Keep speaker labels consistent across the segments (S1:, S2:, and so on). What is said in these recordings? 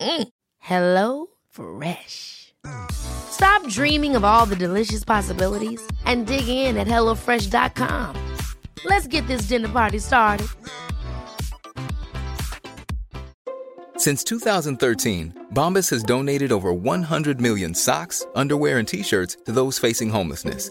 S1: Mm. Hello Fresh. Stop dreaming of all the delicious possibilities and dig in at HelloFresh.com. Let's get this dinner party started.
S2: Since 2013, Bombas has donated over 100 million socks, underwear, and t shirts to those facing homelessness.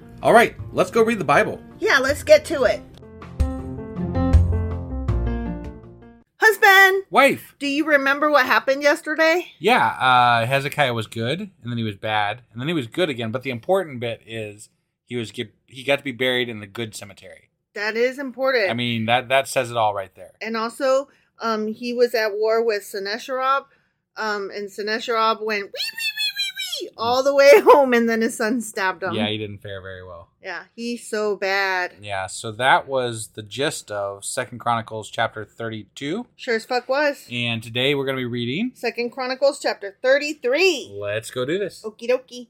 S3: All right, let's go read the Bible.
S4: Yeah, let's get to it. Husband,
S3: Wife!
S4: do you remember what happened yesterday?
S3: Yeah, uh, Hezekiah was good, and then he was bad, and then he was good again. But the important bit is he was get, he got to be buried in the good cemetery.
S4: That is important.
S3: I mean that that says it all right there.
S4: and also, um, he was at war with Sennacherib, um, and Sennacherib went wee wee wee wee wee all the way home, and then his son stabbed him.
S3: Yeah, he didn't fare very well.
S4: yeah, he's so bad.
S3: Yeah, so that was the gist of Second Chronicles chapter thirty-two,
S4: Sure as fuck was.
S3: and today we're going to be reading.
S4: Second Chronicles chapter thirty-three.
S3: Let's go do this.
S4: Okie dokie.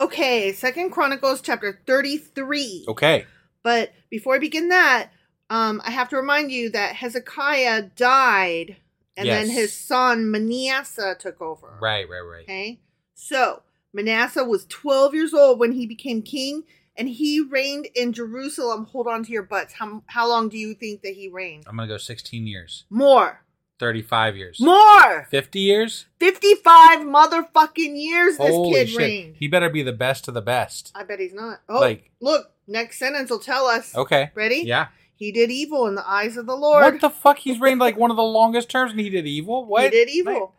S4: Okay, Second Chronicles chapter 33.
S3: Okay.
S4: But before I begin that, um, I have to remind you that Hezekiah died and then
S3: Yes.
S4: his son Manasseh took over.
S3: Right, right, right.
S4: Okay. So Manasseh was 12 years old when he became king and he reigned in Jerusalem. Hold on to your butts. How, how long do you think that he reigned?
S3: I'm going to go 16 years,
S4: More.
S3: 35 years,
S4: More.
S3: 50 years.
S4: 55 motherfucking years this
S3: Holy
S4: kid
S3: shit.
S4: reigned.
S3: He better be the best of the best.
S4: I bet he's not. Oh,
S3: Like-
S4: look. Next sentence will tell us.
S3: Okay.
S4: Ready?
S3: Yeah.
S4: He did evil in the eyes of the Lord.
S3: What the fuck? He's reigned like one of the longest terms and he did evil? What?
S4: He did evil.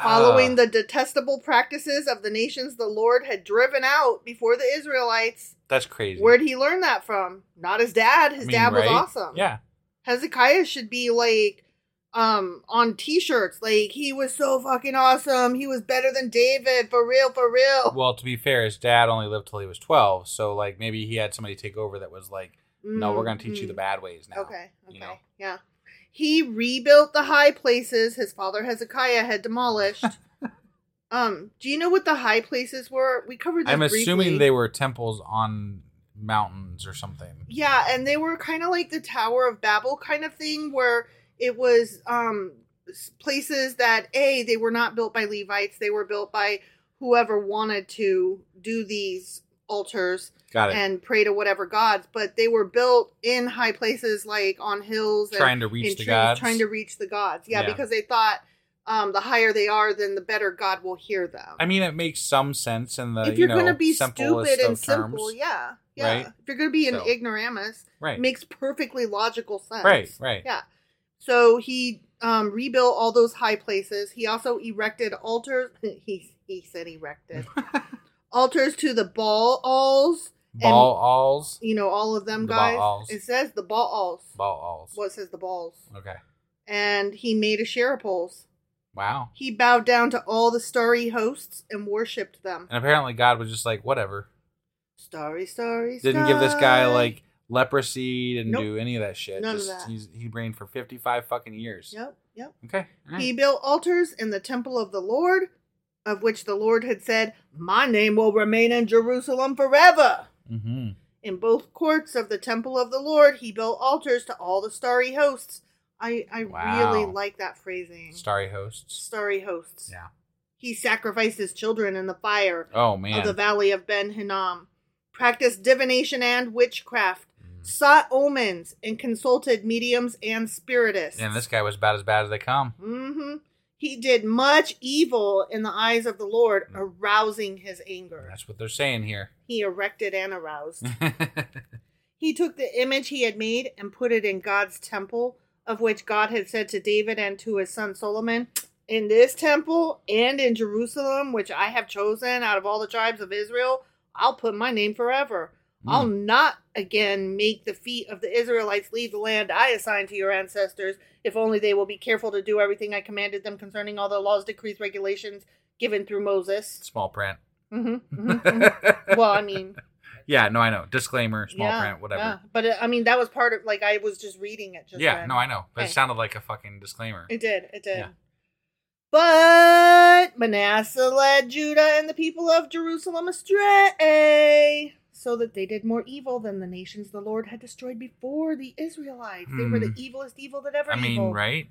S4: Following
S3: Ah.
S4: the detestable practices of the nations the Lord had driven out before the Israelites.
S3: That's crazy.
S4: Where'd he learn that from? Not his dad. His
S3: I mean,
S4: dad was
S3: right?
S4: awesome.
S3: Yeah.
S4: Hezekiah should be like um on t-shirts like he was so fucking awesome he was better than david for real for real
S3: Well, to be fair, his dad only lived till he was 12. So, like, maybe he had somebody take over that was like, no,
S4: Mm,
S3: we're going to teach you
S4: mm.
S3: the bad ways now.
S4: Okay. Okay.
S3: You know?
S4: Yeah. He rebuilt the high places his father Hezekiah had demolished. um, do you know what the high places were? We covered this
S3: I'm assuming
S4: briefly.
S3: they were temples on mountains or something.
S4: Yeah, and they were kind of like the Tower of Babel kind of thing where it was um s- places that A they were not built by Levites, they were built by whoever wanted to do these altars
S3: Got it.
S4: and pray to whatever gods, but they were built in high places, like on hills, and-
S3: Trying to reach
S4: in
S3: the gods.
S4: trying to reach the gods. Yeah,
S3: Yeah.
S4: because they thought um, the higher they are, then the better God will hear them.
S3: I mean, it makes some sense in the
S4: if
S3: you
S4: you're
S3: know,
S4: going to be
S3: simplest
S4: stupid and
S3: of
S4: simple,
S3: terms.
S4: yeah, yeah.
S3: Right?
S4: If you're going to be an
S3: So-
S4: ignoramus,
S3: Right.
S4: makes perfectly logical sense.
S3: Right, right.
S4: Yeah. So he um, rebuilt all those high places. He also erected altars. he he said erected altars to the Baals. and-
S3: Ball alls.
S4: you know, all of them
S3: The
S4: guys.
S3: balls.
S4: It says the balls.
S3: Ball alls.
S4: Well, it says the balls.
S3: Okay.
S4: And he made a poles.
S3: Wow.
S4: He bowed down to all the starry hosts and worshipped them.
S3: And apparently, God was just like, whatever.
S4: Starry, starry, starry.
S3: Didn't give this guy like leprosy. Didn't
S4: Nope.
S3: do any of that shit.
S4: None of
S3: just,
S4: that.
S3: He's, he reigned for 55 fucking years.
S4: Yep, yep.
S3: Okay. all right.
S4: He built altars in the temple of the Lord, of which the Lord had said, My name will remain in Jerusalem forever.
S3: Mhm.
S4: In both courts of the temple of the Lord, he built altars to all the starry hosts. I, I
S3: Wow.
S4: really like that phrasing.
S3: Starry hosts.
S4: starry hosts.
S3: Yeah.
S4: He sacrificed his children in the fire
S3: Oh,
S4: of
S3: man.
S4: the valley of Ben Hinnom, practiced divination and witchcraft,
S3: Mm.
S4: sought omens, and consulted mediums and spiritists.
S3: and this guy was about as bad as they come.
S4: hmm He did much evil in the eyes of the Lord, arousing his anger.
S3: That's what they're saying here.
S4: He erected and aroused. He took the image he had made and put it in God's temple, of which God had said to David and to his son Solomon, In this temple and in Jerusalem, which I have chosen out of all the tribes of Israel, I'll put my name forever. I'll not again make the feet of the Israelites leave the land I assigned to your ancestors, if only they will be careful to do everything I commanded them concerning all the laws, decrees, regulations given through Moses.
S3: Small print.
S4: hmm Mm-hmm. well, I mean,
S3: Yeah, no, I know. Disclaimer, small
S4: yeah,
S3: print, whatever.
S4: yeah.
S3: Yeah,
S4: But uh, I mean, that was part of like I was just reading it. Just then.
S3: no, I know. But
S4: Okay.
S3: it sounded like a fucking disclaimer.
S4: It did. It did.
S3: Yeah.
S4: But Manasseh led Judah and the people of Jerusalem astray, so that they did more evil than the nations the Lord had destroyed before the Israelites. They were the
S3: Hmm.
S4: evilest evil that ever.
S3: I mean,
S4: evil.
S3: right?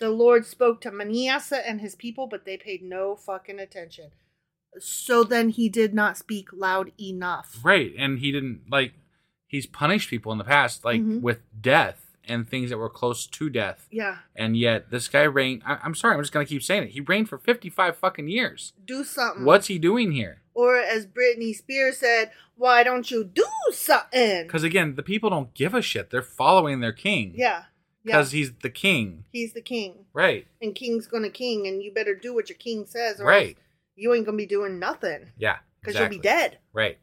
S4: The Lord spoke to Manasseh and his people, but they paid no fucking attention. So then he did not speak loud enough.
S3: Right. And he didn't like he's punished people in the past, like
S4: Mhm.
S3: with death and things that were close to death.
S4: Yeah.
S3: And yet this guy reigned I, I'm sorry, I'm just gonna keep saying it. He reigned for fifty five fucking years.
S4: Do something.
S3: What's he doing here?
S4: Or as Britney Spears said, why don't you do something?
S3: Because again, the people don't give a shit. They're following their king.
S4: Yeah. Yeah.
S3: Because he's the king.
S4: He's the king.
S3: Right.
S4: And king's going to king, and you better do what your king says, or
S3: Right.
S4: else you ain't going to be doing nothing
S3: Yeah.
S4: because
S3: exactly.
S4: you'll be dead.
S3: Right.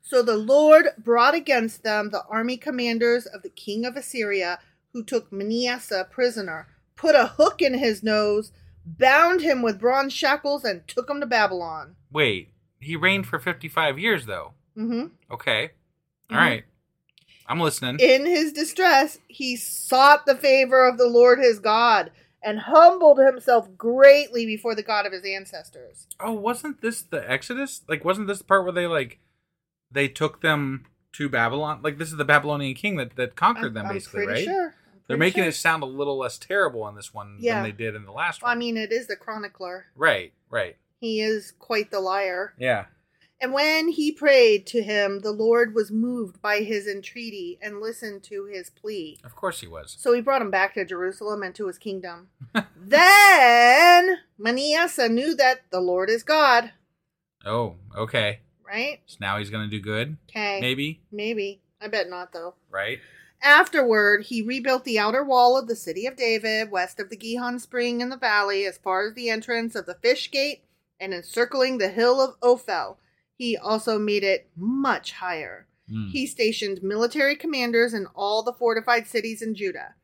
S4: So the Lord brought against them the army commanders of the king of Assyria, who took Manasseh prisoner, put a hook in his nose, bound him with bronze shackles, and took him to Babylon.
S3: Wait. He reigned for fifty five years though.
S4: Mm-hmm.
S3: Okay. All right. I'm listening.
S4: In his distress, he sought the favor of the Lord his God and humbled himself greatly before the God of his ancestors.
S3: oh, wasn't this the Exodus? Like, wasn't this the part where they like they took them to Babylon? Like, this is the Babylonian king that that conquered
S4: I'm-
S3: them,
S4: I'm
S3: basically,
S4: pretty
S3: right?
S4: Sure. I'm
S3: They're
S4: pretty
S3: making
S4: sure.
S3: it sound a little less terrible in this one
S4: Yeah.
S3: than they did in the last
S4: I
S3: one.
S4: mean, it is the chronicler.
S3: right, right,
S4: He is quite the liar.
S3: yeah.
S4: And when he prayed to him, the Lord was moved by his entreaty and listened to his plea.
S3: Of course he was.
S4: So he brought him back to Jerusalem and to his kingdom. then Manasseh knew that the Lord is God,
S3: Oh, okay.
S4: right?
S3: So now he's gonna do good,
S4: Okay.
S3: maybe.
S4: Maybe. I bet not, though.
S3: Right.
S4: Afterward, he rebuilt the outer wall of the city of David, west of the Gihon Spring in the valley, as far as the entrance of the Fish Gate, and encircling the hill of Ophel. He also made it much higher.
S3: Mm.
S4: He stationed military commanders in all the fortified cities in Judah.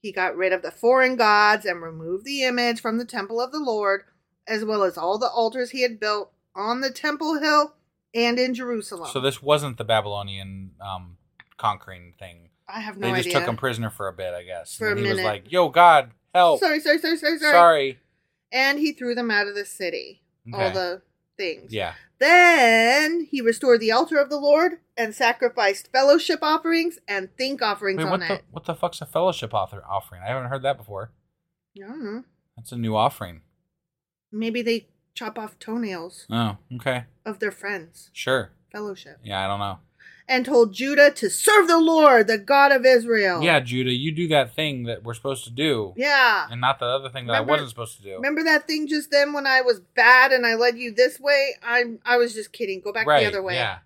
S4: He got rid of the foreign gods and removed the image from the temple of the Lord, as well as all the altars he had built on the temple hill and in Jerusalem.
S3: So this wasn't the Babylonian um, conquering thing.
S4: I have no
S3: They just
S4: idea.
S3: took him prisoner for a bit, I guess.
S4: For
S3: and
S4: a
S3: he was
S4: minute.
S3: like, "Yo, God, help!
S4: sorry, sorry, sorry, sorry, sorry.
S3: Sorry.
S4: and he threw them out of the city. All
S3: Okay.
S4: the things.
S3: Yeah.
S4: Then he restored the altar of the Lord and sacrificed fellowship offerings and think offerings
S3: Wait,
S4: on
S3: what the
S4: it.
S3: what the fuck's a fellowship author offering? I haven't heard that before.
S4: I don't know.
S3: That's a new offering.
S4: Maybe they chop off toenails
S3: Oh, okay,
S4: of their friends.
S3: sure.
S4: Fellowship.
S3: Yeah, I don't know.
S4: And told Judah to serve the Lord, the God of Israel.
S3: Yeah, Judah, you do that thing that we're supposed to do,
S4: Yeah.
S3: and not the other thing that
S4: Remember-
S3: I wasn't supposed to do.
S4: Remember that thing just then when I was bad and I led you this way? I'm I was just kidding. Go back
S3: right?
S4: the other way.
S3: Yeah.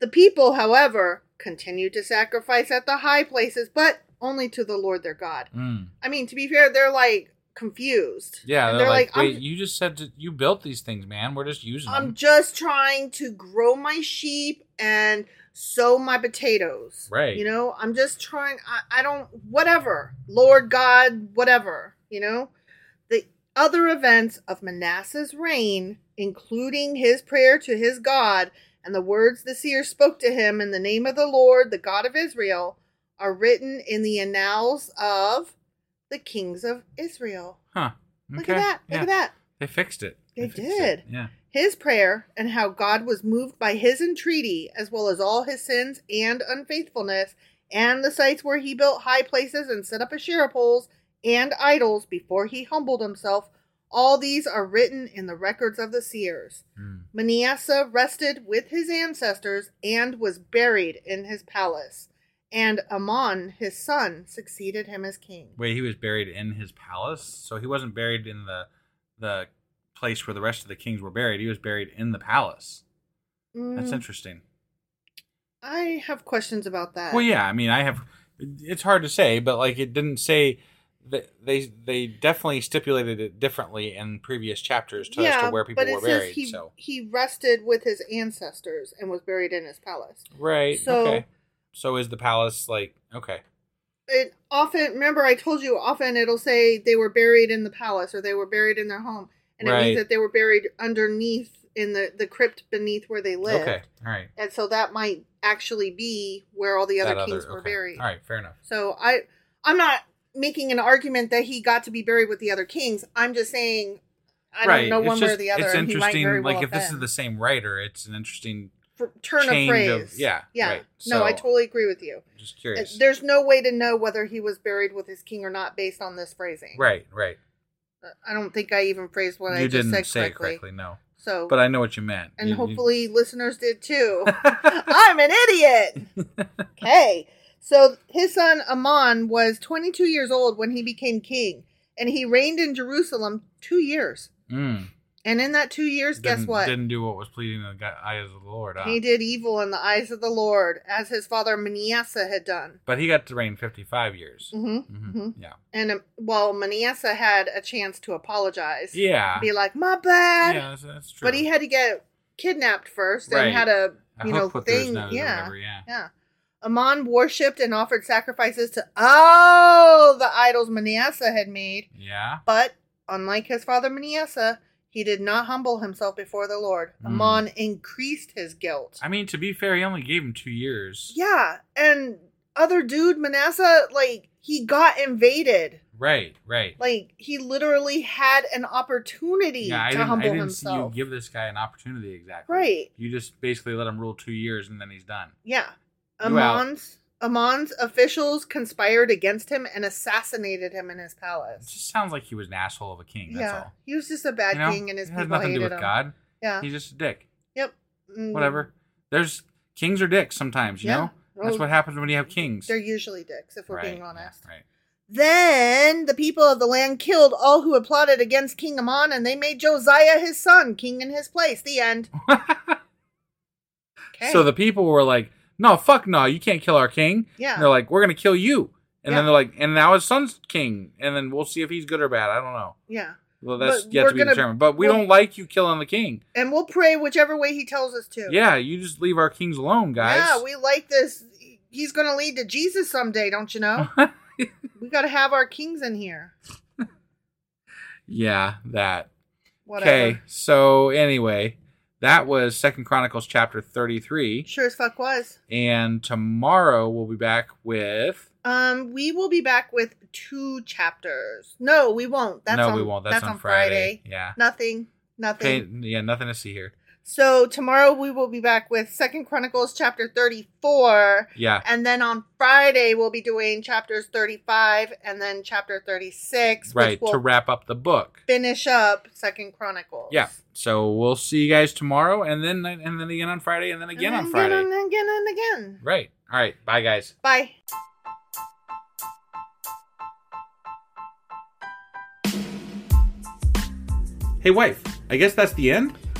S4: The people, however, continued to sacrifice at the high places, but only to the Lord their God.
S3: Mm.
S4: I mean, to be fair, they're like confused.
S3: Yeah.
S4: And
S3: They're, like, wait,
S4: I'm,
S3: you just said to, you built these things, man. We're just using
S4: I'm
S3: them.
S4: just trying to grow my sheep and sow my potatoes.
S3: Right.
S4: You know, I'm just trying, I, I don't, whatever. Lord God, whatever. You know, the other events of Manasseh's reign, including his prayer to his God and the words the seer spoke to him in the name of the Lord, the God of Israel, are written in the annals of the kings of Israel.
S3: huh?
S4: Look
S3: Okay.
S4: at that. Look
S3: Yeah.
S4: at that.
S3: They fixed it.
S4: They
S3: fixed it.
S4: did.
S3: Yeah.
S4: His prayer and how God was moved by his entreaty, as well as all his sins and unfaithfulness, and the sites where he built high places and set up Asherah poles and idols before he humbled himself, all these are written in the records of the seers.
S3: Mm.
S4: Manasseh rested with his ancestors and was buried in his palace, and Amon, his son, succeeded him as king.
S3: Wait, he was buried in his palace, so he wasn't buried in the the place where the rest of the kings were buried. He was buried in the palace. That's
S4: Mm,
S3: interesting.
S4: I have questions about that.
S3: Well, yeah, I mean, I have. It's hard to say, but like it didn't say that they they definitely stipulated it differently in previous chapters to as to where people
S4: but it
S3: were
S4: says
S3: buried.
S4: He,
S3: so
S4: he rested with his ancestors and was buried in his palace.
S3: right,
S4: So-
S3: okay. So is the palace like okay?
S4: It often remember I told you often it'll say they were buried in the palace or they were buried in their home, and it
S3: Right.
S4: means that they were buried underneath in the the crypt beneath where they lived.
S3: Okay, all right.
S4: and so that might actually be where all the other
S3: That
S4: kings were
S3: okay.
S4: buried.
S3: All right, fair enough.
S4: So I I'm not making an argument that he got to be buried with the other kings. I'm just saying. I
S3: right.
S4: don't know
S3: it's
S4: one way or
S3: just-
S4: the other.
S3: It's
S4: and he might
S3: interesting.
S4: very well
S3: like
S4: have
S3: if this is
S4: been
S3: the same writer, it's an interesting.
S4: fr- turn of
S3: change of-
S4: phrase.
S3: yeah,
S4: yeah.
S3: right.
S4: no, I
S3: So-
S4: totally agree with you.
S3: Just curious.
S4: There's no way to know whether he was buried with his king or not based on this phrasing.
S3: Right, right.
S4: I don't think I even phrased what
S3: you
S4: I just
S3: didn't
S4: said
S3: say it
S4: correctly.
S3: correctly, no.
S4: So,
S3: But I know what you meant.
S4: and
S3: You- you-
S4: hopefully listeners did too. I'm an idiot. okay. So his son Amon was 22 years old when he became king, and he reigned in Jerusalem two years.
S3: Mm.
S4: And in that two years, guess
S3: Didn't-
S4: what?
S3: Didn't do what was pleading in the gu- eyes of the Lord. ah. huh?
S4: He did evil in the eyes of the Lord, as his father Manasseh had done.
S3: But he got to reign 55 years.
S4: Mm-hmm.
S3: Mhm.
S4: hmm
S3: Yeah.
S4: And um, well, Manasseh had a chance to apologize.
S3: Yeah.
S4: Be like, my bad.
S3: yeah, that's, that's true.
S4: but he had to get kidnapped first
S3: Right.
S4: and had a
S3: A
S4: you
S3: hook
S4: know
S3: put through his
S4: thing.
S3: nose or
S4: yeah.
S3: whatever, yeah.
S4: Amon worshipped and offered sacrifices to all the idols Manasseh had made,
S3: Yeah.
S4: but unlike his father Manasseh, He did not humble himself before the Lord.
S3: Mm.
S4: Amon increased his guilt.
S3: I mean, to be fair, he only gave him two years.
S4: Yeah, and other dude Manasseh, like he got invaded.
S3: Right, right.
S4: Like he literally had an opportunity
S3: yeah, I
S4: to
S3: didn't, I
S4: humble
S3: didn't
S4: himself.
S3: see you give this guy an opportunity exactly.
S4: Right.
S3: You just basically let him rule two years and then he's done.
S4: yeah,
S3: You out.
S4: Amon's Amon's officials conspired against him and assassinated him in his
S3: It
S4: palace.
S3: just sounds like he was an asshole of a king. That's
S4: yeah,
S3: all.
S4: he was just a bad
S3: You know?
S4: king, and his
S3: it
S4: people
S3: has nothing to
S4: hated
S3: do with
S4: him.
S3: God.
S4: Yeah.
S3: He's just a dick.
S4: yep. Mm.
S3: Whatever. There's kings are dicks sometimes. You
S4: Yeah.
S3: know. That's
S4: Well,
S3: what happens when you have kings.
S4: They're usually dicks, if we're
S3: Right,
S4: being
S3: yeah,
S4: honest.
S3: Right.
S4: Then the people of the land killed all who had plotted against King Amon, and they made Josiah his son king in his place. The end. Okay.
S3: Oh, So the people were like, "No, fuck no, you can't kill our king."
S4: Yeah.
S3: And they're like, "We're gonna kill you." And
S4: Yeah.
S3: then they're like, "And now his son's king." And then we'll see if he's good or bad. I don't know.
S4: yeah,
S3: Well, that's
S4: But
S3: yet
S4: we're
S3: to be
S4: gonna-
S3: determined. But we
S4: we'll-
S3: don't like you killing the king.
S4: and we'll pray whichever way he tells us to.
S3: Yeah, you just leave our kings alone, guys.
S4: yeah, we like this. He's going to lead to Jesus someday, don't you know? we got to have our kings in here.
S3: yeah, that.
S4: Whatever.
S3: Okay. So anyway, that was Second Chronicles chapter thirty-three,
S4: Sure as fuck was.
S3: and tomorrow we'll be back with.
S4: Um, we will be back with two chapters. No, we won't. That's
S3: no,
S4: on,
S3: we won't. That's, on, Friday.
S4: Friday.
S3: Yeah.
S4: Nothing. Nothing.
S3: Okay, yeah, nothing to see here.
S4: So tomorrow we will be back with Second Chronicles chapter 34
S3: Yeah.
S4: and then on Friday we'll be doing chapters 35 and then chapter 36
S3: right
S4: which will
S3: to wrap up the book
S4: finish up Second Chronicles.
S3: yeah so we'll see you guys tomorrow and then and then again on friday and then again
S4: and
S3: on
S4: then
S3: friday
S4: Again and again and again.
S3: right all right bye guys
S4: Bye.
S3: hey wife i guess that's the end